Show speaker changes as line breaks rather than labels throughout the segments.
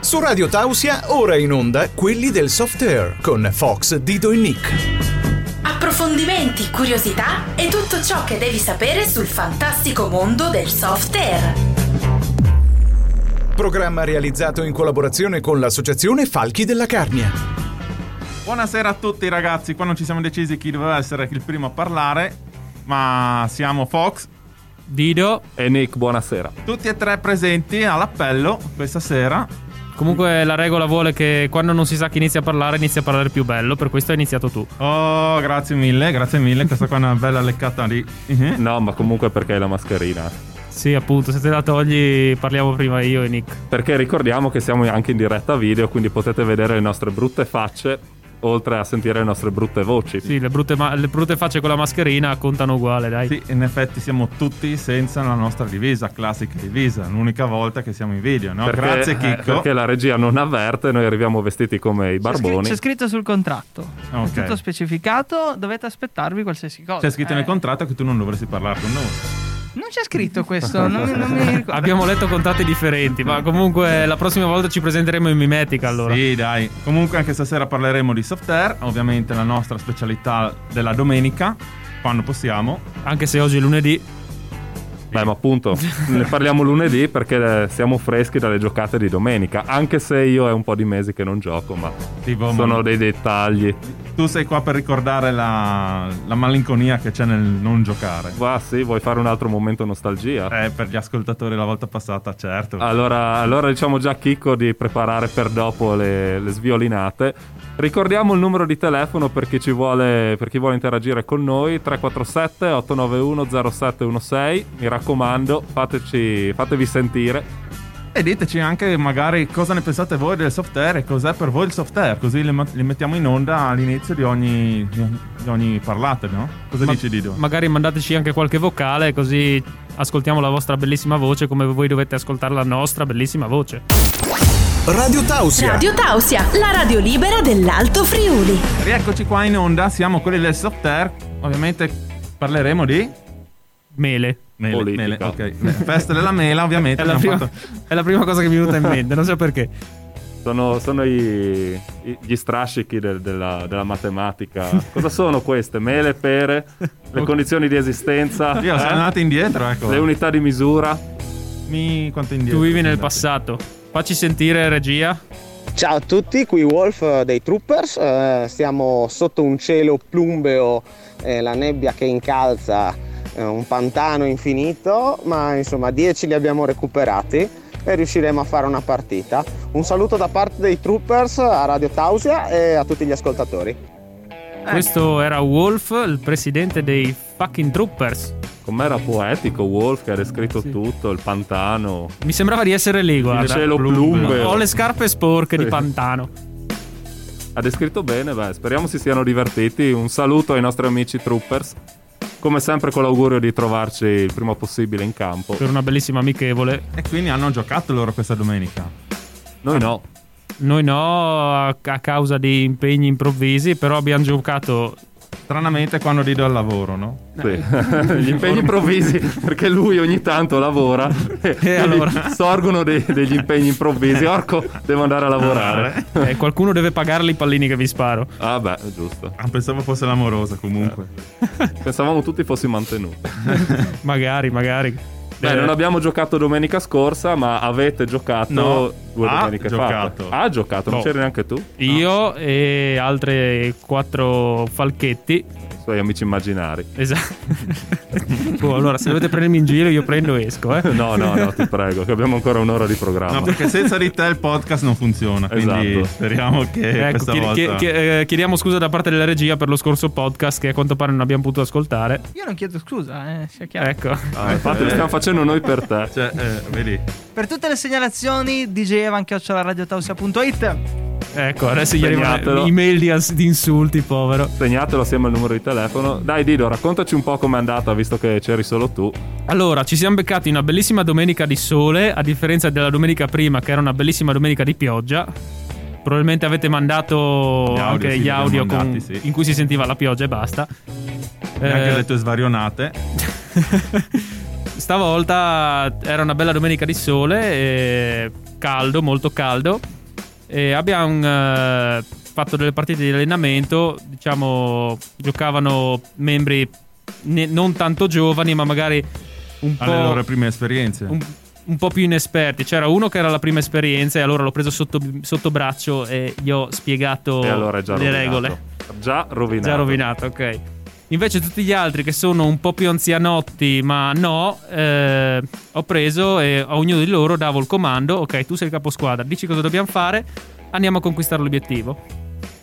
Su Radio Tausia, ora in onda quelli del soft air con Fox, Dido e Nick.
Approfondimenti, curiosità e tutto ciò che devi sapere sul fantastico mondo del soft air.
Programma realizzato in collaborazione con l'associazione Falchi della Carnia.
Buonasera a tutti ragazzi, qua non ci siamo decisi chi doveva essere il primo a parlare, ma siamo Fox,
Dido.
E Nick, buonasera.
tutti e tre presenti all'appello questa sera.
Comunque la regola vuole che quando non si sa chi inizia a parlare, inizia a parlare il più bello. Per questo hai iniziato tu.
Oh, grazie mille, grazie mille, questa qua è una bella leccata di... Mhm.
No, ma comunque perché la mascherina?
Sì, appunto, se te la togli parliamo prima io e Nick.
Perché ricordiamo che siamo anche in diretta video, quindi potete vedere le nostre brutte facce, oltre a sentire le nostre brutte voci.
Sì, le brutte, ma- le brutte facce con la mascherina contano uguale, dai.
Sì, in effetti siamo tutti senza la nostra divisa, classica divisa, l'unica volta che siamo in video, no?
Perché-
Grazie
eh,
Chicco.
Perché la regia non avverte, noi arriviamo vestiti come i
C'è, scri-
barboni.
c'è scritto sul contratto.
Ok.
È tutto specificato, dovete aspettarvi qualsiasi cosa.
C'è scritto
Eh,
nel contratto che tu non dovresti parlare con noi.
Non c'è scritto questo, non, non mi ricordo.
Abbiamo letto contatti differenti, ma comunque la prossima volta ci presenteremo in mimetica allora.
Sì, dai. Comunque anche stasera parleremo di soft air, ovviamente la nostra specialità della domenica, quando possiamo.
Anche se oggi è lunedì.
Beh, ma appunto, ne parliamo lunedì perché siamo freschi dalle giocate di domenica. Anche se io è un po' di mesi che non gioco, ma
Tipo,
sono
ma-
dei dettagli.
Tu sei qua per ricordare la, la malinconia che c'è nel non giocare.
Va, sì, vuoi fare un altro momento nostalgia?
Eh, per gli ascoltatori la volta passata, certo.
Allora, allora diciamo già a Chicco di preparare per dopo le, le sviolinate. Ricordiamo il numero di telefono per chi, ci vuole, per chi vuole interagire con noi, 347-891-0716. Mi raccomando, fateci, fatevi sentire.
E diteci anche magari cosa ne pensate voi del soft air e cos'è per voi il soft air, così li, ma- li mettiamo in onda all'inizio di ogni, di ogni parlata, no? Cosa
Ma-
dici Dido?
Magari mandateci anche qualche vocale così ascoltiamo la vostra bellissima voce come voi dovete ascoltare la nostra bellissima voce.
Radio Tausia.
Radio Tausia, la radio libera dell'Alto Friuli.
Rieccoci qua in onda, siamo quelli del soft air, ovviamente parleremo di...
Mele.
Mele, mele,
Politica.
ok. Me- Festa della mela ovviamente.
È la,
abbiamo
prima,
fatto-
è la prima cosa che mi è venuta in mente, non so perché.
Sono, sono i- i- gli strascichi del- della, della matematica. Cosa sono queste? Mele, pere, le condizioni di esistenza,
Dio, siamo
eh?
andati indietro, ecco.
le unità di misura.
Mi quanto indietro.
Tu vivi nel
siamo
passato. Facci sentire regia.
Ciao a tutti, qui Wolf eh, dei Troopers, eh, stiamo sotto un cielo plumbeo, eh, la nebbia che incalza, eh, un pantano infinito, ma insomma 10 li abbiamo recuperati e riusciremo a fare una partita. Un saluto da parte dei Troopers a Radio Tausia e a tutti gli ascoltatori.
Questo era Wolf, il presidente dei fucking troopers.
Com'era poetico Wolf che ha descritto tutto, il pantano.
Mi sembrava di essere lì, guarda.
Il cielo plumbeo.
Ho le scarpe sporche di
Sì.
pantano.
Ha descritto bene, beh, speriamo si siano divertiti. Un saluto ai nostri amici troopers. Come sempre con l'augurio di trovarci il prima possibile in campo.
Per una bellissima amichevole.
andati. E quindi hanno giocato loro questa domenica.
Noi no.
Noi no, a, a causa di impegni improvvisi, però abbiamo giocato.
Stranamente quando Dido al lavoro, no?
Sì. Gli impegni improvvisi, perché lui ogni tanto lavora e, quindi
allora?
sorgono dei- degli impegni improvvisi. Orco, devo andare a lavorare.
Eh, qualcuno deve pagarle i pallini che vi sparo.
Ah beh, giusto.
Ah, pensavo fosse l'amorosa comunque.
Eh, Pensavamo tutti fossi mantenuti.
Magari, magari.
Beh,
Eh,
non abbiamo giocato domenica scorsa, ma avete giocato
No,
due
ha
domeniche
giocato.
fa. Ha giocato, non
No.
c'eri neanche tu,
Io e altri quattro falchetti.
i suoi amici immaginari.
Esatto. Oh, allora, se dovete prendermi in giro, io prendo e esco. Eh.
No, no, no, ti prego, che abbiamo ancora un'ora di programma.
No, perché senza di te il podcast non funziona. Quindi
Esatto.
speriamo che
Ecco,
questa
chi-
volta.
chi- chi- eh, chiediamo scusa da parte della regia per lo scorso podcast che a quanto pare non abbiamo potuto ascoltare.
Io non chiedo scusa, eh, sia chiaro.
Ecco.
Ah, infatti, lo stiamo facendo noi per te.
Cioè, eh, vedi.
Per tutte le segnalazioni, djevan.it.
Ecco, adesso gli arrivano
Segnatelo.
email di, as- di insulti, povero.
Segnatelo assieme al numero di telefono. Dai, Dido, raccontaci un po' com'è andata, visto che c'eri solo tu.
Allora, ci siamo beccati una bellissima domenica di sole, a differenza della domenica prima, che era una bellissima domenica di pioggia. Probabilmente avete mandato
Gli audio,
anche
sì,
gli
li abbiamo
audio con-
mandati, sì.
in cui si sentiva la pioggia e basta.
E Anche
Eh,
le tue svarionate.
Stavolta era una bella domenica di sole, e caldo, molto caldo. e abbiamo eh, fatto delle partite di allenamento, diciamo, giocavano membri ne- non tanto giovani, ma magari un po'...
Alle loro prime esperienze.
Oh. un, un po' più inesperti. C'era uno che era la prima esperienza e allora l'ho preso sotto, sotto braccio e gli ho spiegato
E allora è già
Oh, le
rovinato.
regole.
Già rovinato.
Già rovinato, ok. Invece tutti gli altri che sono un po' più anzianotti, ma no, eh, ho preso e a ognuno di loro davo il comando, ok, tu sei il caposquadra, dici cosa dobbiamo fare, andiamo a conquistare l'obiettivo.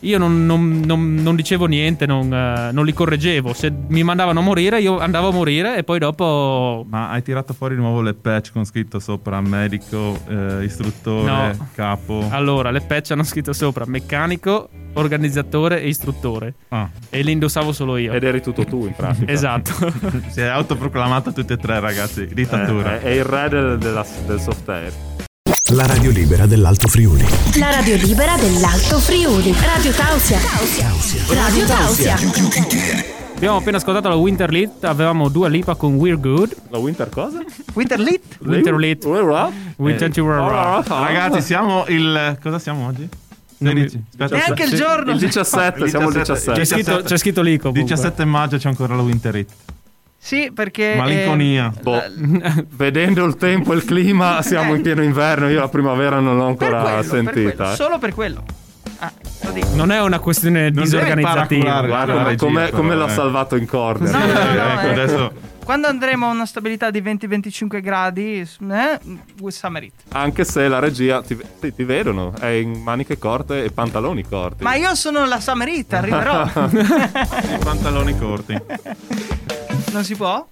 Io non, non- non- non dicevo niente, non, eh, non li correggevo, se mi mandavano a morire io andavo a morire e poi dopo
Ma hai tirato fuori di nuovo le patch con scritto sopra medico, eh, istruttore,
No.
capo.
Allora, le patch hanno scritto sopra meccanico, organizzatore e istruttore.
Ah,
E le indossavo solo io.
Ed eri tutto tu, in pratica.
Esatto.
si è autoproclamata tutti e tre, ragazzi. Dittatura.
Eh, è, è il re del, della- del software.
La radio libera dell'Alto Friuli.
La radio libera dell'Alto Friuli.
Radio Tausia. Radio Tausia.
Abbiamo appena ascoltato la Winter Lead, avevamo due lipa con We're Good.
La Winter cosa?
Winter Lit?
Winter Lead. We tend to roll around.
Ragazzi, siamo il. Cosa siamo oggi? 16. Aspetta,
Neanche il giorno.
Il 17, siamo il 17.
C'è scritto, c'è scritto lì comunque.
17 maggio c'è ancora la Winter Hit.
Sì, perché...
Malinconia.
eh,
Boh. Vedendo il tempo e il clima, siamo in pieno inverno. Io la primavera non l'ho
per
ancora
quello, per quello,
sentita. eh.
solo per quello. Ah, lo dico.
Non è una questione
Non deve
disorganizzativa.
paraculare.
Guarda
La
ma
regia,
come,
però,
come l'ha
eh.
salvato in corner.
No, no, no, no,
ecco,
eh.
adesso
Quando andremo a una stabilità di 20-25 gradi, s- eh, we summer it.
Anche se la regia ti, sì, ti vedono, è in maniche corte e pantaloni corti.
Ma io sono la summer it, arriverò.
i pantaloni corti.
non si può?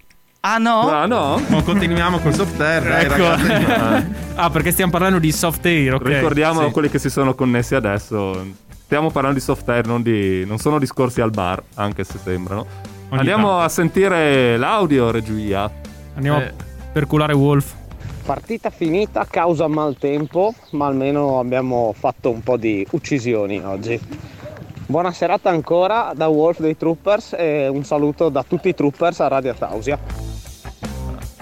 Ah no?
Ah, no?
Ma continuiamo col soft air, dai,
Ecco.
ragazzi.
ah, perché stiamo parlando di soft air, ok.
Ricordiamo
Sì.
quelli che si sono connessi adesso. Stiamo parlando di soft air, non, di- non sono discorsi al bar, anche se sembrano. Andiamo
tanto.
a sentire l'audio, regia.
Andiamo
Eh.
a perculare Wolf.
Partita finita a causa maltempo, ma almeno abbiamo fatto un po' di uccisioni oggi. Buona serata ancora da Wolf dei Troopers e un saluto da tutti i Troopers a Radio Tausia.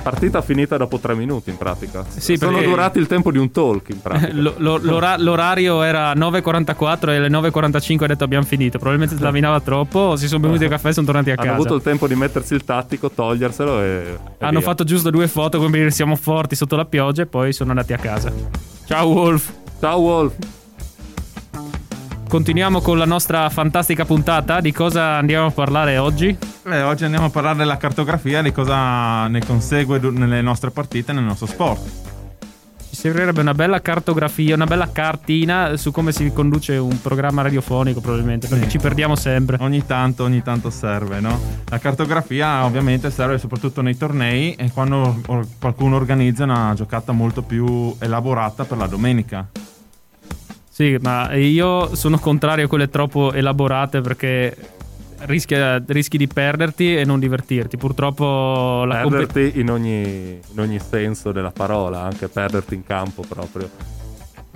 Partita finita dopo tre minuti, in pratica.
Sì,
sono
perché-
durati il tempo di un talk, in pratica.
Lo- lo- l'ora- l'orario era 9.44 e alle 9.45 ha detto abbiamo finito. Probabilmente slavinava troppo. Si sono bevuti il caffè e sono tornati a
Hanno
casa.
avuto il tempo di mettersi il tattico, toglierselo e. e
Hanno
via.
fatto giusto due foto come dire siamo forti sotto la pioggia e poi sono andati a casa. Ciao Wolf.
Ciao, Wolf.
Continuiamo con la nostra fantastica puntata. Di cosa andiamo a parlare oggi?
Beh, Eh, oggi andiamo a parlare della cartografia, di cosa ne consegue du- nelle nostre partite, nel nostro sport.
Ci servirebbe una bella cartografia, una bella cartina su come si conduce un programma radiofonico, probabilmente, perché
Sì.
ci perdiamo sempre.
Ogni tanto, ogni tanto serve, no? La cartografia ovviamente serve soprattutto nei tornei e quando or- qualcuno organizza una giocata molto più elaborata per la domenica.
Sì, ma io sono contrario a quelle troppo elaborate perché rischia- rischi di perderti e non divertirti. Purtroppo la compe-
Perderti in ogni, in ogni senso della parola, anche perderti in campo proprio.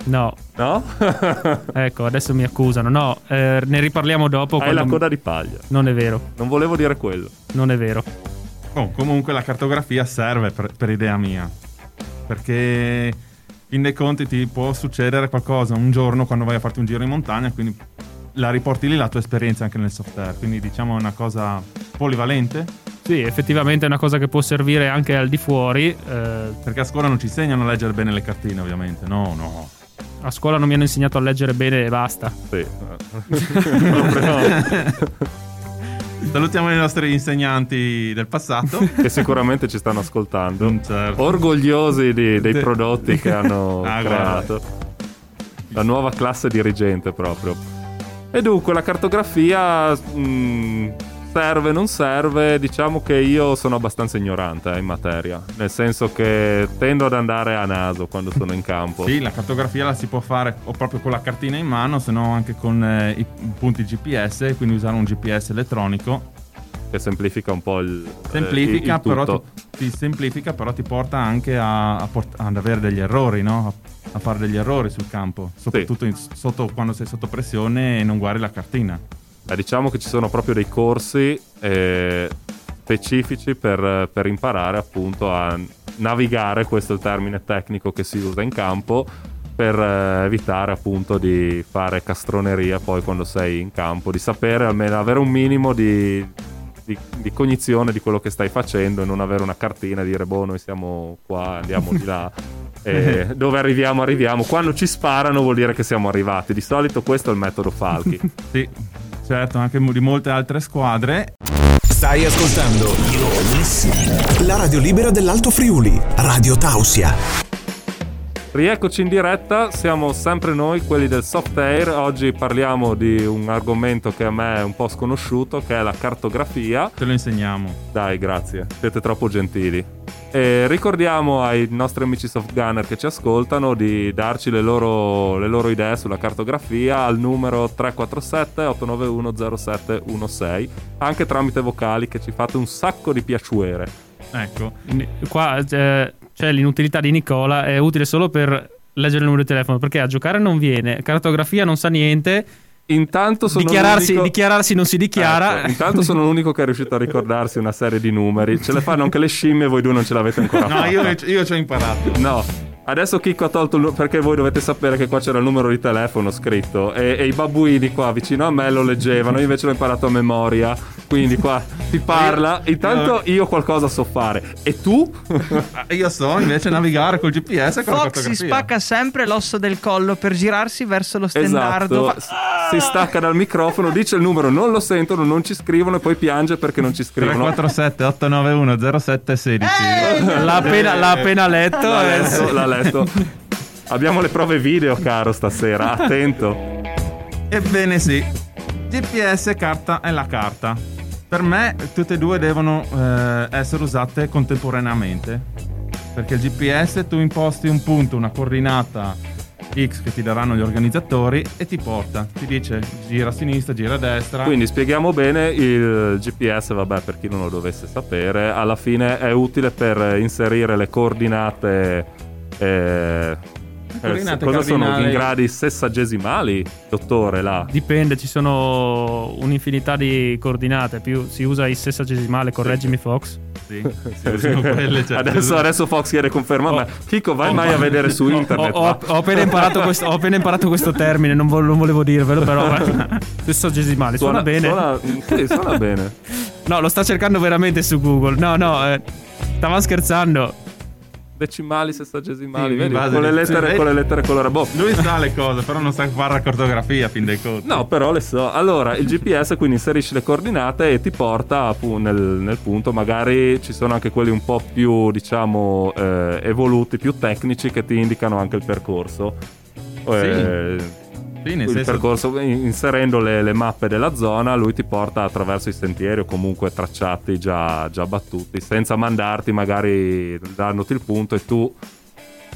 No,
No?
ecco, adesso mi accusano. No, eh, ne riparliamo dopo.
Hai
quando-
la coda di paglia.
Non è vero,
Non volevo dire quello.
non è vero.
Oh, comunque la cartografia serve per, per idea mia. Perché in dei conti ti può succedere qualcosa un giorno quando vai a farti un giro in montagna, quindi la riporti lì la tua esperienza anche nel software. Quindi diciamo è una cosa polivalente,
Sì, effettivamente è una cosa che può servire anche al di fuori. eh,
perché a scuola non ci insegnano a leggere bene le cartine, ovviamente. No, no.
a scuola non mi hanno insegnato a leggere bene e basta.
Sì. Proprio-
Salutiamo i nostri insegnanti del passato.
che sicuramente ci stanno ascoltando.
Non certo.
Orgogliosi di- dei
Sì.
prodotti che hanno
Ah, guarda.
creato. La nuova classe dirigente proprio. E dunque la cartografia mh, serve, non serve, diciamo che io sono abbastanza ignorante eh, in materia, nel senso che tendo ad andare a naso quando sono in campo.
Sì, la cartografia la si può fare o proprio con la cartina in mano, se no anche con eh, i punti GPS, quindi usare un GPS elettronico
Che semplifica un po' il... eh,
semplifica,
il
però
tutto.
ti, ti semplifica, però ti porta anche a, a port- ad avere degli errori, no? A, a fare degli errori sul campo, soprattutto in- sotto- quando sei sotto pressione e non guardi la cartina.
Eh, diciamo che ci sono proprio dei corsi eh, specifici per, per imparare appunto a navigare, questo è il termine tecnico che si usa in campo, per eh, evitare appunto di fare castroneria poi quando sei in campo, di sapere almeno avere un minimo di, di- di cognizione di quello che stai facendo e non avere una cartina e dire boh noi siamo qua, andiamo di là. e dove arriviamo arriviamo quando ci sparano vuol dire che siamo arrivati di solito questo è il metodo Falchi
Sì, certo, anche mo- di molte altre squadre.
Stai ascoltando la radio libera dell'Alto Friuli, Radio Tausia.
Rieccoci in diretta, siamo sempre noi, quelli del soft air. Oggi parliamo di un argomento che a me è un po' sconosciuto, che è la cartografia.
Te lo insegniamo.
Dai, grazie, siete troppo gentili. E ricordiamo ai nostri amici soft gunner che ci ascoltano di darci le loro, le loro idee sulla cartografia al numero 347 891 0716, anche tramite vocali che ci fate un sacco di piacere.
Ecco.
Qua eh, c'è l'inutilità di Nicola, è utile solo per leggere il numero di telefono, perché a giocare non viene, cartografia non sa niente,
Intanto sono
dichiararsi,
l'unico-
dichiararsi non si dichiara.
Ecco, intanto sono l'unico che è riuscito a ricordarsi una serie di numeri. Ce le fanno anche le scimmie, voi due non ce l'avete ancora
No,
fatta.
io, io ci ho imparato.
No. Adesso Chicco ha tolto il nu- perché voi dovete sapere che qua c'era il numero di telefono scritto e, e i babbuini qua vicino a me lo leggevano, io invece l'ho imparato a memoria. Quindi qua ti parla, intanto io qualcosa so fare. E tu?
Ah, Io so invece navigare col GPS e con la
Fox si
cartografia.
spacca sempre l'osso del collo per girarsi verso lo stendardo.
Esatto, s- si stacca dal microfono, dice il numero, non lo sentono, non ci scrivono e poi piange perché non ci scrivono.
347 891 0716.
L'ha appena, l'ha appena letto.
L'ha
eh.
letto, l'ha letto. Abbiamo le prove video, caro, stasera. Attento.
Ebbene sì, GPS carta è la carta. Per me tutte e due devono eh, essere usate contemporaneamente. Perché il GPS tu imposti un punto, una coordinata X che ti daranno gli organizzatori e ti porta. Ti dice gira a sinistra, gira a destra.
Quindi spieghiamo bene il GPS, vabbè, per chi non lo dovesse sapere, alla fine è utile per inserire le coordinate. eh,
coordinate
eh, cosa sono?
cardinali.
In gradi sessagesimali, dottore, là.
Dipende, ci sono un'infinità di coordinate, più si usa il sessagesimale, correggimi Fox.
Sì, sì, sono quelle, Oh, cioè,
adesso, adesso Fox chiede conferma. Ma Chico, vai mai a vedere
oh,
su
Ho,
internet.
ho-
va?
ho appena imparato questo, ho appena imparato questo termine, non, vo- non volevo dirvelo, però eh. sessagesimale, suona, bene.
Suona, sì, suona bene.
No, lo sta cercando veramente su Google. No, no, eh, stavo scherzando.
Decimali, sessagesimali,
Sì,
vedi?
in base
Con le
di-
lettere,
sì,
con le lettere colore. Boh,
Lui sa le cose, però non sa fare la cartografia fin dei conti.
No, però le so. Allora, il GPS quindi inserisci le coordinate e ti porta appu- nel, nel punto. Magari ci sono anche quelli un po' più, diciamo, eh, evoluti, più tecnici che ti indicano anche il percorso. Eh,
Sì, nel
il
senso-
percorso in- inserendo le, le mappe della zona, lui ti porta attraverso i sentieri o comunque tracciati già, già battuti, senza mandarti, magari dandoti il punto e tu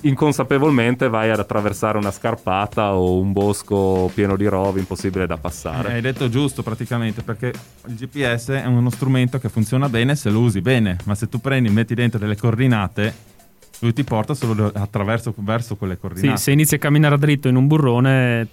inconsapevolmente vai ad attraversare una scarpata o un bosco pieno di rovi impossibile da
Eh,
passare.
Hai detto giusto praticamente perché il GPS è uno strumento che funziona bene se lo usi bene, ma se tu prendi e metti dentro delle coordinate, lui ti porta solo do- attraverso verso quelle
Sì,
coordinate.
se inizi a camminare dritto in un burrone,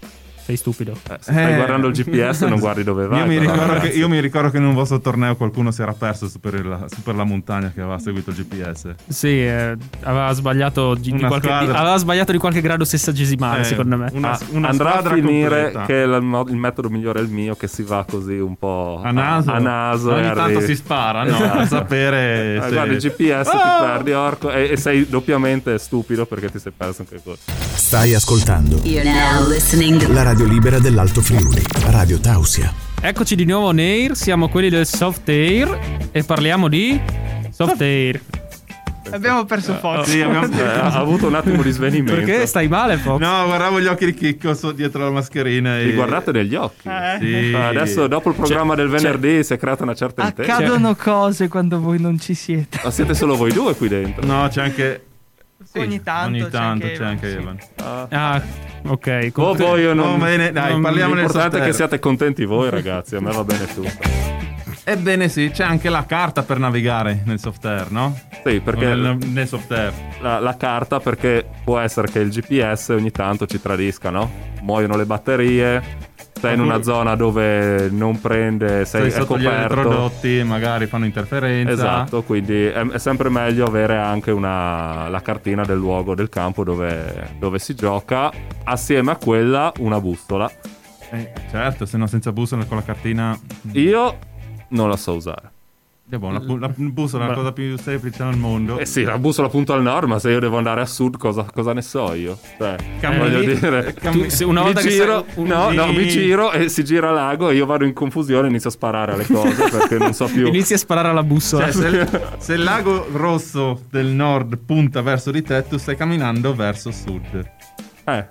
sei stupido.
Eh, se stai
Eh.
guardando il GPS non guardi dove vai.
Io mi,
però,
ricordo che,
ragazzi.
io mi ricordo che in un vostro torneo qualcuno si era perso su per la, su per la montagna che aveva seguito il GPS.
Sì, eh, aveva, sbagliato di- di
Una
qualche, di-
squadra.
aveva sbagliato di qualche grado sessagesimale,
Eh,
secondo me.
una-
Ah,
una
andrà a
squadra
finire
completa.
che la- il metodo migliore è il mio, che si va così un po'
A naso,
a naso
ogni
e
tanto
arrivi-
si spara no?
Esatto.
per sapere
Ah,
se-
Guarda il GPS,
Eh, Ah!
ti perdi orco e, e sei doppiamente stupido perché ti sei perso anche tu.
Stai ascoltando la radio libera dell'Alto Friuli, Radio Tausia.
Eccoci di nuovo Nair, siamo quelli del soft air e parliamo di soft air.
Abbiamo perso Fox.
Sì, abbiamo-
Eh, ha avuto un attimo di svenimento.
Perché stai male, Fox?
No, guardavo gli occhi di Chicco so- dietro la mascherina.
Li
E...
guardate negli occhi.
eh, Sì.
Ah, Adesso,
cioè,
dopo il programma del venerdì, si è creata una certa intesa.
Accadono cose quando voi non ci siete.
Ma siete solo voi due qui dentro.
No, c'è anche. Sì,
Ogni tanto
ogni
c'è
tanto
anche
c'è
Evan,
anche
sì.
Evan.
Ah, ok.
Oh,
comunque-
voi o non...
Va bene, dai,
non-
parliamo nel
L'importante è
software.
che siate contenti voi, ragazzi. A me va bene tutto.
Ebbene sì, c'è anche la carta per navigare nel soft air, no?
Sì, perché
Nel, nel soft air.
la, la carta, perché può essere che il GPS ogni tanto ci tradisca, no? Muoiono le batterie. Stai in una zona dove non prende, sei,
Sei
è
sotto gli
coperto.
elettrodotti, magari fanno interferenza.
Esatto, quindi è, è sempre meglio avere anche una, la cartina del luogo, del campo dove, dove si gioca, assieme a quella una bustola.
Eh, certo, se no senza bussola con la cartina.
Io non la so usare.
Eh, boh, la, bu- la bussola è la
Bra-
cosa più semplice al mondo.
Eh sì, la bustola punta al nord, ma se io devo andare a sud, cosa, cosa ne so io? Cioè,
Cammini-
voglio dire,
cammi-
tu- eh, se una
mi
volta che
giro,
sai- un-
no, no,
sì.
mi giro e si gira l'ago e io vado in confusione e inizio a sparare alle cose perché non so più.
Inizi a sparare alla bussola.
Cioè, se, il- se il lago rosso del nord punta verso di te, tu stai camminando verso sud.
Eh,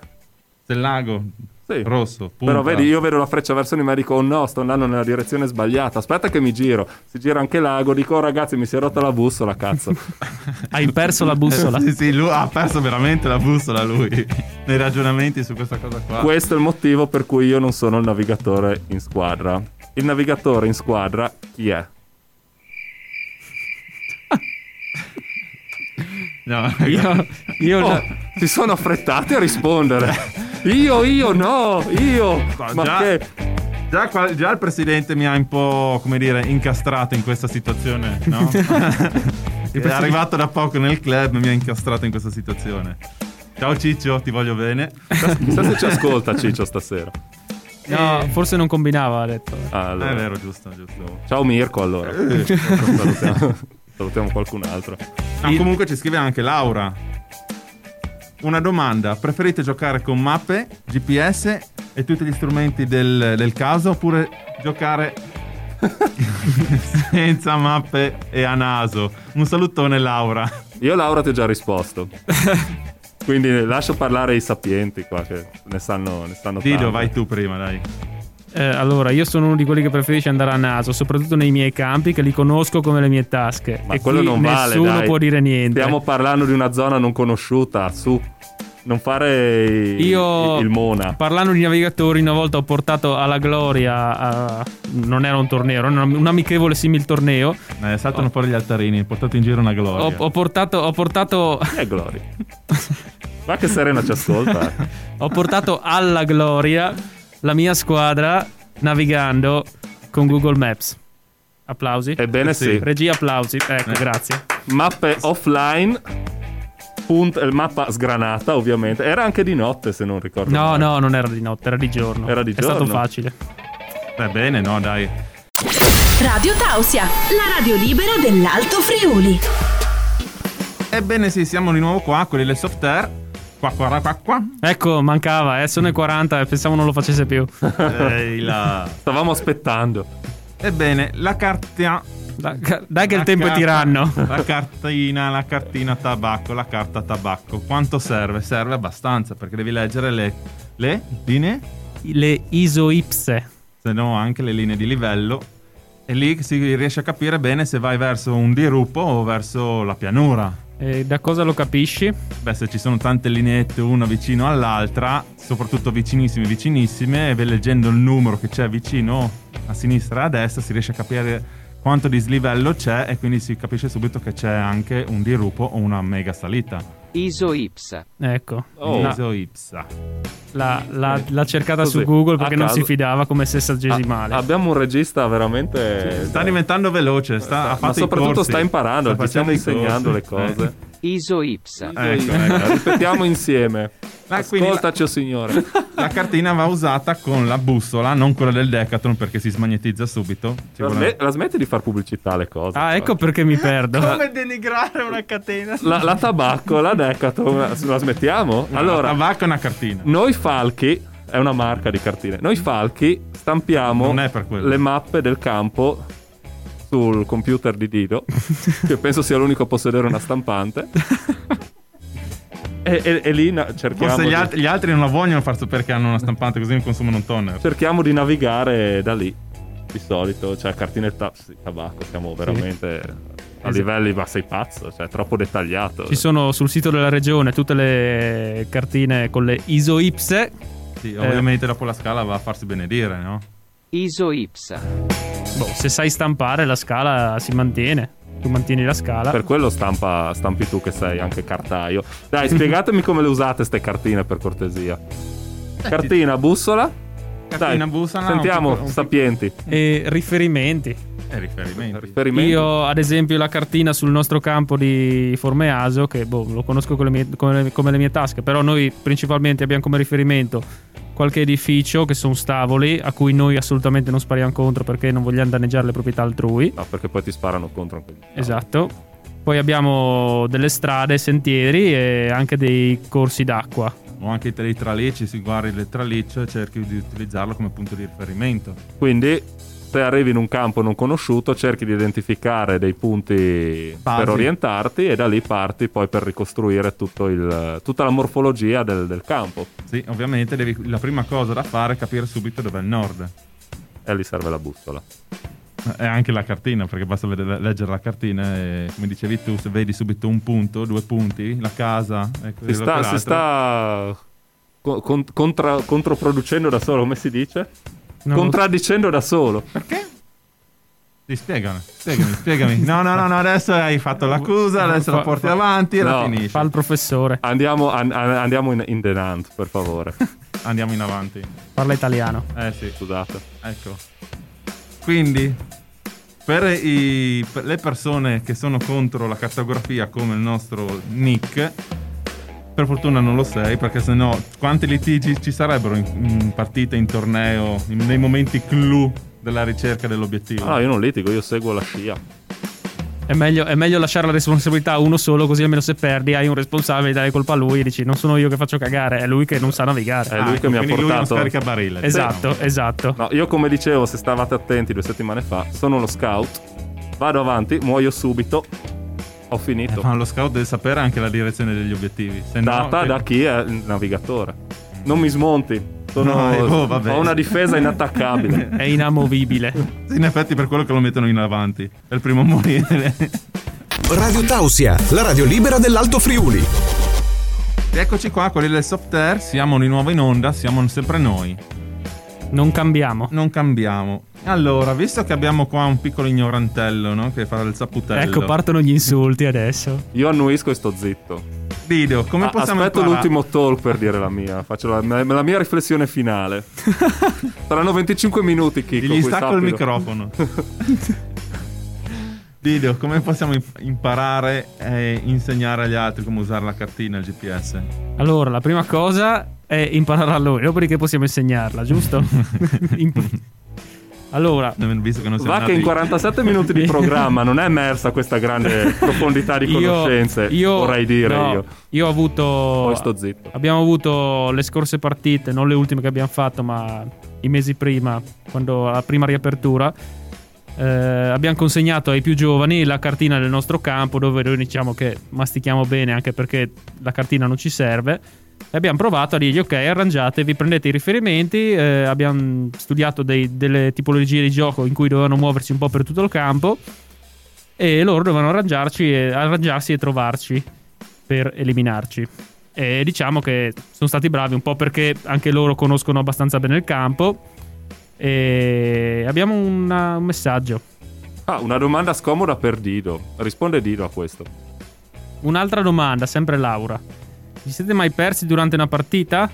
Se il lago
sì.
rosso punta
Però vedi, io vedo la freccia verso di me e dico, oh no, sto andando nella direzione sbagliata. Aspetta che mi giro. Si gira anche l'ago, dico, oh ragazzi, mi si è rotta la bussola, cazzo.
Hai perso la
Eh,
bussola.
sì, sì, lui ha perso veramente la bussola lui nei ragionamenti su questa cosa
Ah.
qua.
Questo è il motivo per cui io non sono il navigatore in squadra. Il navigatore in squadra chi è?
No,
Io, io
Oh,
no.
si sono affrettati a rispondere. Io, io, no, io.
Ma
Ma
già-
che...
Già, qua- già il presidente mi ha un po', come dire, incastrato in questa situazione, no? È arrivato da poco nel club mi ha incastrato in questa situazione. Ciao Ciccio, ti voglio bene.
Chissà se ci ascolta Ciccio stasera.
No, forse non combinava, ha detto.
Ah, allora.
È vero, Eh, giusto, giusto.
Ciao Mirko, allora. salutiamo, salutiamo qualcun altro.
No, Ah, comunque ci scrive anche Laura. Una domanda, preferite giocare con mappe, GPS e tutti gli strumenti del, del caso oppure giocare senza mappe e a naso? Un salutone Laura.
Io Laura ti ho già risposto. Quindi lascio parlare i sapienti qua che ne sanno, ne sanno
Dido,
tanto.
vai tu prima, dai.
Eh, allora, io sono uno di quelli che preferisce andare a naso, soprattutto nei miei campi, che li conosco come le mie tasche.
Ma
e
quello
qui
non vale,
Nessuno
dai.
può dire niente.
Stiamo parlando di una zona non conosciuta, su. Non fare i-
Eh, Io,
il mona.
parlando di navigatori, una volta ho portato alla Gloria, a- non era un torneo, era un, un amichevole simil torneo.
Eh, saltano fuori gli altarini, portate in giro una
Ho,
gloria.
ho portato, ho portato,
Chi è Gloria? Ma Eh, che Serena ci ascolta. eh.
ho portato alla Gloria la mia squadra navigando con Google Maps. Applausi.
Ebbene sì.
Regia, applausi. Ecco,
Eh.
grazie.
mappe offline. Punt, eh, mappa sgranata, ovviamente. Era anche di notte, se non ricordo.
No,
male.
no, non era di notte, era di giorno.
Era di
È
giorno?
stato facile.
Va bene, no, dai.
Radio Tausia, la radio libera dell'Alto Friuli.
Ebbene sì, siamo di nuovo qua con le soft air. Qua, qua, ra, qua, qua.
Ecco, mancava, eh, sono i 40 e pensavo non lo facesse più.
Ehi là.
Stavamo aspettando.
Ebbene, la carta...
Da- Dai che
la
Ah,
il tempo è
carta-
tiranno.
La cartina, la cartina tabacco, la carta tabacco. Quanto serve? Serve abbastanza, perché devi leggere le... Le linee?
Le isoipse.
Se no, anche le linee di livello. E lì si riesce a capire bene se vai verso un dirupo o verso la pianura.
Eh, da cosa lo capisci?
Beh, se ci sono tante lineette una vicino all'altra, soprattutto vicinissime, vicinissime, e leggendo il numero che c'è vicino a sinistra e a destra si riesce a capire quanto dislivello c'è e quindi si capisce subito che c'è anche un dirupo o una mega salita.
Iso Ipsa.
Ecco,
Oh.
La-
Iso ipsa.
la- la- l'ha cercata
Così,
su Google
a
perché non
caso.
si fidava come sessagesimale.
A- Ah, abbiamo un regista veramente.
Sta diventando veloce, sta, ha fatto
Ma
i
soprattutto
corsi.
sta imparando,
Sta
gli stiamo
facendo i
insegnando le
corsi.
cose.
Iso Ipsa.
Ecco, ecco.
Ripetiamo insieme.
Ma Ah, quindi-
Ascoltaci, oh signore.
La cartina va usata con la bussola, non quella del Decathlon perché si smagnetizza subito. Ci
La,
vuole-
sme- la smetti di far pubblicità alle cose.
ah,
cioè.
ecco perché mi perdo.
Come denigrare una catena?
La, la tabacco, la Decathlon, la la smettiamo? Allora,
tabacco è una cartina.
Noi falchi è una marca di cartine. Noi falchi stampiamo
Non è per quello.
le mappe del campo sul computer di Dido, che penso sia l'unico a possedere una stampante. e, e- e lì na- cerchiamo,
Forse
di,
gli, alt- gli altri non la vogliono far sapere che hanno una stampante così non consumano un tonner.
cerchiamo di navigare da lì. Di solito, cioè cartine e ta- sì, tabacco, siamo veramente a
Esatto.
livelli, ma sei pazzo, cioè è troppo dettagliato.
Ci sono sul sito della regione tutte le cartine con le isoipse.
Sì,
Eh.
ovviamente dopo la scala va a farsi benedire, no?
Iso Ipsa.
Eh,
Boh, se sai stampare la scala si mantiene. Tu mantieni la scala.
Per quello stampa, stampi tu che sei anche cartaio. Dai, spiegatemi come le usate ste cartine per cortesia. Cartina, bussola, Dai,
Catina Busana, un
sentiamo,
piccolo- un
sapienti.
E riferimenti.
pic- eh, riferimenti.
Riferimenti.
Io, ad esempio, la cartina sul nostro campo di Formeaso, che boh, lo conosco con le mie- come, come le mie tasche, però noi principalmente abbiamo come riferimento qualche edificio che sono stavoli a cui noi assolutamente non spariamo contro perché non vogliamo danneggiare le proprietà altrui.
No, perché poi ti sparano contro anche lì.
Esatto. Poi abbiamo delle strade, sentieri e anche dei corsi d'acqua.
o anche dei tralecci, si guardi il traleccio e cerchi di utilizzarlo come punto di riferimento.
Quindi, se arrivi in un campo non conosciuto, cerchi di identificare dei punti
Basi.
per orientarti e da lì parti poi per ricostruire tutto il- tutta la morfologia del, del campo.
Sì, ovviamente devi- la prima cosa da fare è capire subito dove è il nord. Eh,
E lì serve la bussola.
E anche la cartina, perché basta vedere- leggere la cartina e, come dicevi tu, se vedi subito un punto, due punti, la casa... ecco, e
Si
quello che
sta, si
l'altro.
sta co- con- contra- controproducendo da solo, come si dice?
Non lo
Contraddicendo da solo.
Perché? Sì, spiegami, spiegami, spiegami. No, no, no, no, adesso hai fatto l'accusa, adesso la
Fa-
porti
fa-
avanti e la
No,
finisci.
Fa il professore,
Andiamo, an- an- andiamo in, in denant, per favore.
Andiamo in avanti.
parla italiano.
Eh sì,
Scusate.
Ecco. Quindi, per, i- per le persone che sono contro la cartografia come il nostro Nick, per fortuna non lo sei, perché sennò quanti litigi ci sarebbero in, in partite, in torneo, in- nei momenti clou della ricerca dell'obiettivo?
Ah, no, io non litigo, io seguo la scia.
È meglio, è meglio lasciare la responsabilità a uno solo, così almeno se perdi hai un responsabile, dai colpa a lui e dici non sono io che faccio cagare, è lui che non sa navigare.
È lui
ecco,
che mi ha
quindi lui non
portato.
scarica barile.
esatto,
diciamo.
esatto.
Eh, No, io come dicevo, se stavate attenti due settimane fa, sono uno scout, vado avanti, muoio subito, ho finito.
Eh, ma lo scout deve sapere anche la direzione degli obiettivi. Se no,
Data
che-
da chi è il navigatore. Non mi smonti, sono-
No, oh, vabbè.
ho una difesa inattaccabile.
È inamovibile.
Sì, In effetti, per quello che lo mettono in avanti. È il primo a morire.
Radio Tausia, la radio libera dell'Alto Friuli.
Eccoci qua, quelli del soft air, siamo di nuovo in onda, siamo sempre noi,
Non cambiamo.
non cambiamo. Allora, visto che abbiamo qua un piccolo ignorantello, no? Che fa il saputello.
Ecco, partono gli insulti adesso.
Io annuisco e sto zitto.
Dido, come
A-
possiamo
aspetto
imparare-
l'ultimo talk per dire la mia. Faccio la, me- la mia riflessione finale. Saranno 25 minuti, Kiko.
Gli
qui,
stacco il
sappilo.
microfono. Dido, come possiamo imp- imparare e insegnare agli altri come usare la cartina e il GPS?
Allora, la prima cosa è imparare a loro, dopodiché possiamo insegnarla, giusto? Imp- allora,
Visto che non siamo
Va che in
nati-
47 minuti di programma non è emersa questa grande profondità di
Io-
conoscenze,
io-
vorrei dire
no,
io.
ho avuto.
Poi sto zitto.
Abbiamo avuto le scorse partite, non le ultime che abbiamo fatto, ma i mesi prima, quando la prima riapertura. eh, abbiamo consegnato ai più giovani la cartina del nostro campo dove noi diciamo che mastichiamo bene anche perché la cartina non ci serve e abbiamo provato a dirgli ok arrangiatevi prendete i riferimenti eh, abbiamo studiato dei- delle tipologie di gioco in cui dovevano muoversi un po' per tutto il campo e loro dovevano arrangiarci e, arrangiarsi e trovarci per eliminarci. E diciamo che sono stati bravi un po' perché anche loro conoscono abbastanza bene il campo. E abbiamo una- un messaggio.
Ah, una domanda scomoda per Dido. Risponde Dido a questo.
Un'altra domanda, sempre Laura. Vi siete mai persi durante una partita?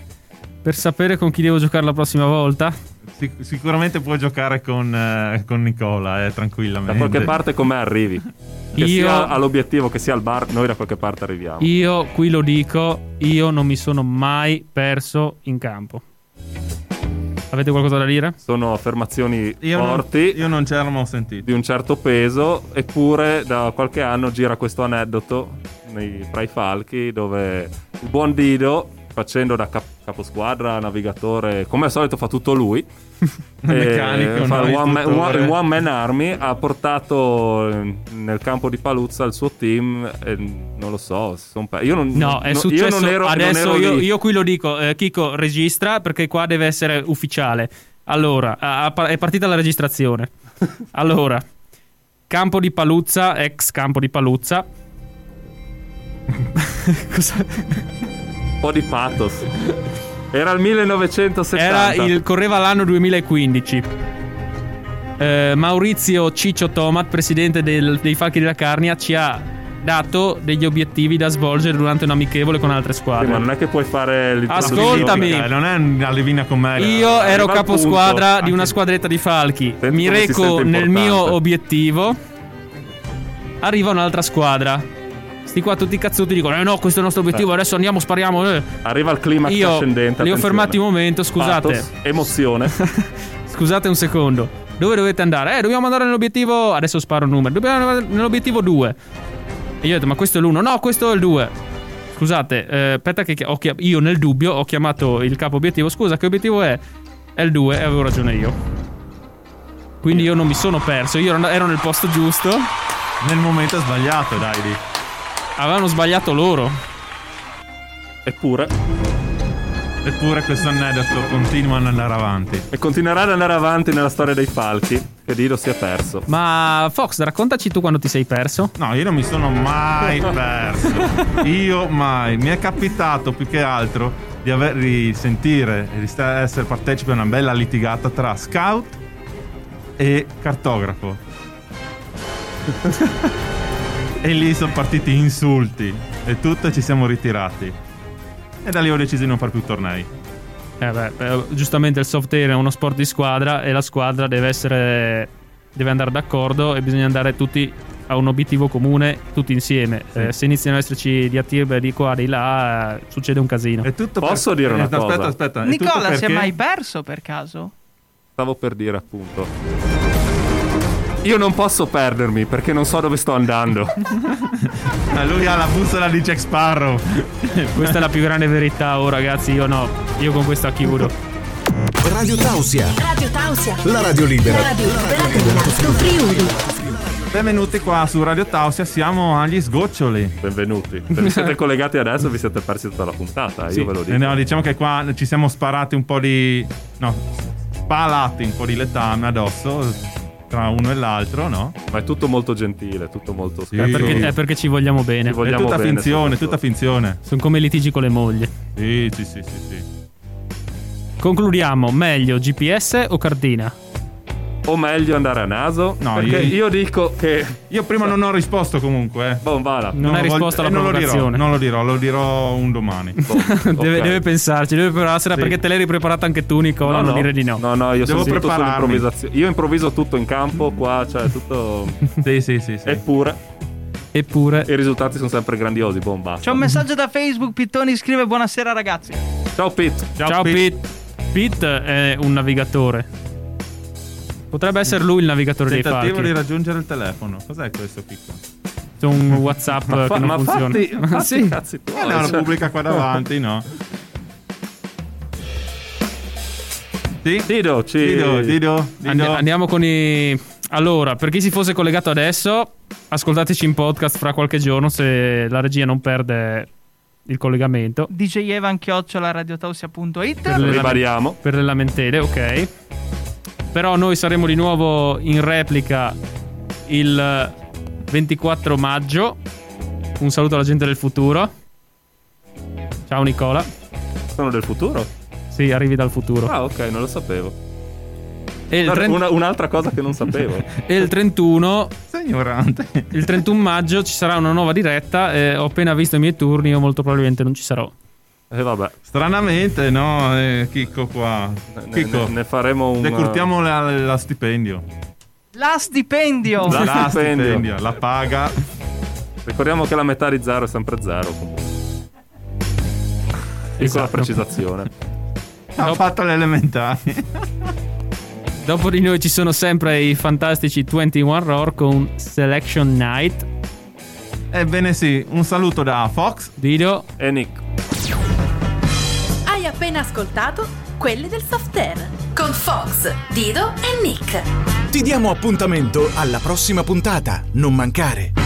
Per sapere con chi devo giocare la prossima volta?
Sic- sicuramente puoi giocare con, eh, con Nicola, eh, tranquillamente.
Da qualche parte come arrivi? Che
Io-
sia all'obiettivo, che sia al bar, noi da qualche parte arriviamo.
Io qui lo dico, io non mi sono mai perso in campo. Avete qualcosa da dire?
Sono affermazioni
Io non,
forti.
io non c'ero, ma ho sentito.
di un certo peso, eppure da qualche anno gira questo aneddoto nei- tra i falchi dove il buon Dido, facendo da cap- caposquadra, navigatore, come al solito fa tutto lui,
Meccanico,
eh, fa
no,
il one, man,
istruttore.
one- one man army, ha portato eh, nel campo di Paluzza il suo team, eh, non lo so, si son per- io non,
No,
no,
è
io
successo.
non ero- non
adesso
ero
io,
lì.
io qui lo dico, eh, Kiko registra perché qua deve essere ufficiale. Allora, a- a- è partita la registrazione. Allora, campo di Paluzza, ex campo di Paluzza. Cosa-
un po' di pathos. Era il 1970.
Era il- correva l'anno 2015. Eh, Maurizio Ciccio Tomat, presidente del- dei Falchi della Carnia, ci ha dato degli obiettivi da svolgere durante un amichevole con altre
Sì, ma
squadre.
non è che puoi fare il
Ascoltami.
Eh, non è una levina commedia.
Io ero
al punto.
caposquadra di una
Anche-
squadretta di falchi.
Senti
Mi
come si
reco
sente
nel
importante.
mio obiettivo. Arriva un'altra squadra. Sti qua tutti cazzuti dicono: Eh no, questo è il nostro obiettivo.
Certo.
Adesso andiamo, spariamo. eh."
Arriva il climax
Io
ascendente.
li ho
attenzione.
fermati un momento. Scusate,
Pathos, emozione.
scusate un secondo. Dove dovete andare? Eh, dobbiamo andare nell'obiettivo. Adesso sparo un numero. Dobbiamo andare nell'obiettivo 2. E io ho detto: Ma questo è l'1. No, questo è il 2. Scusate, eh, aspetta, che chi- ho chi- io nel dubbio ho chiamato il capo obiettivo. Scusa, che obiettivo è? È il 2 e avevo ragione io. Quindi io non mi sono perso. Io ero- ero nel posto giusto.
Nel momento sbagliato, dai. lì.
Avevano sbagliato loro.
Eppure.
Eppure questo aneddoto continua ad andare avanti.
E continuerà ad andare avanti nella storia dei falchi. Che Dido si è perso.
Ma Fox, raccontaci tu quando ti sei perso.
No, io non mi sono mai perso. Io mai. Mi è capitato più che altro di, aver, di sentire e di sta- essere partecipe a una bella litigata tra scout e cartografo. e lì sono partiti insulti e tutto e ci siamo ritirati. E da lì ho deciso di non fare più tornei.
Eh beh, eh, giustamente il soft air è uno sport di squadra e la squadra deve essere deve andare d'accordo e bisogna andare tutti a un obiettivo comune tutti insieme. Eh, se iniziano ad esserci di a tirbe di qua, di là, eh, succede un casino.
È tutto Eh,
Posso dire una
aspetta,
cosa?
Aspetta, aspetta. È tutto
Nicola si è
perché-
mai perso per caso?
Stavo per dire appunto. Io non posso perdermi perché non so dove sto andando.
Ah, Lui ha la bussola di Jack Sparrow.
questa è la più grande verità, oh ragazzi, io no. Io con questa chiudo.
Radio Tausia,
Radio Tausia.
la radio libera.
La radio libera dell'Alto Friuli.
Benvenuti qua su Radio Tausia, siamo agli sgoccioli.
Benvenuti. Se vi siete collegati adesso vi siete persi tutta la puntata.
Sì.
Io ve lo dico.
Eh, no, diciamo che qua ci siamo sparati un po' di. No, spalati un po' di letame addosso tra uno e l'altro, no?
Ma è tutto molto gentile, tutto molto
Sì.
scherzo.
Perché,
Sì.
eh, perché ci vogliamo bene.
Ci vogliamo
è tutta
bene,
finzione,
soprattutto.
tutta finzione.
Sono come litigi con le mogli.
Sì, sì, sì, sì. sì.
Concludiamo, meglio GPS o cartina?
O meglio andare a naso.
No,
perché
io-
io dico che. boh,
Io prima non ho risposto comunque, eh.
Bon, voilà.
Non hai
voglio-
risposto alla
eh, non lo dirò,
provocazione.
non lo dirò, lo dirò un domani.
Bon,
Deve,
boh, ok.
deve pensarci, deve prepararsela
Sì.
perché te l'hai ripreparata anche tu, Nicola. non dire di no.
No, no,
Devo
io sono tutto
prepararmi.
sull'improvvisazione. Io improvviso tutto in campo, qua, cioè tutto.
sì, sì, sì, sì.
Eppure
Eppure,
i risultati sono sempre grandiosi. Bon,
C'è
basta.
un messaggio da Facebook, Pittoni scrive buonasera ragazzi.
Ciao, Pete.
Ciao, Pete. Pete è un navigatore. Potrebbe essere lui il navigatore dei
Tentativo
falchi.
di raggiungere il telefono. Cos'è questo piccolo?
C'è un WhatsApp
Ma, fa-
Eh, che non
ma
funziona. Ah,
fatti, fatti
sì.
i cazzi tuoi,
Eh, no, lo
cioè.
pubblica qua davanti, no? Sì?
Dido, ci...
Dido, Dido, Dido.
Andi- andiamo con i. Allora, per chi si fosse collegato adesso, ascoltateci in podcast fra qualche giorno se la regia non perde il collegamento.
DJ Evan Chiocciola, radiotausia.it.
Per le, lame-
Ribadiamo.
per le lamentele, ok. Però noi saremo di nuovo in replica il 24 maggio. Un saluto alla gente del futuro. Ciao Nicola.
Sono del futuro?
Sì, arrivi dal futuro.
Ah, ok, non lo sapevo.
E il,
No,
tren-
una- un'altra cosa che non sapevo.
e il 31
Sei ignorante.
il 31 maggio ci sarà una nuova diretta. eh, ho appena visto i miei turni, io molto probabilmente non ci sarò.
E Eh, vabbè,
Stranamente, no, eh, Chicco qua.
ne,
Chicco,
ne- ne faremo un... eh,
decurtiamo la, la stipendio.
La stipendio.
La-
La
stipendio.
stipendio, la paga.
Ricordiamo che la metà di zero è sempre zero. Comunque. Piccola
Esatto.
precisazione.
Ha fatto le elementari.
Dopo di noi ci sono sempre i fantastici 21 Roar con Selection Night.
Ebbene sì, un saluto da Fox.
Dido,
E Nick,
Hai appena ascoltato quelle del soft air con Fox, Dido e Nick.
Ti diamo appuntamento alla prossima puntata. Non mancare.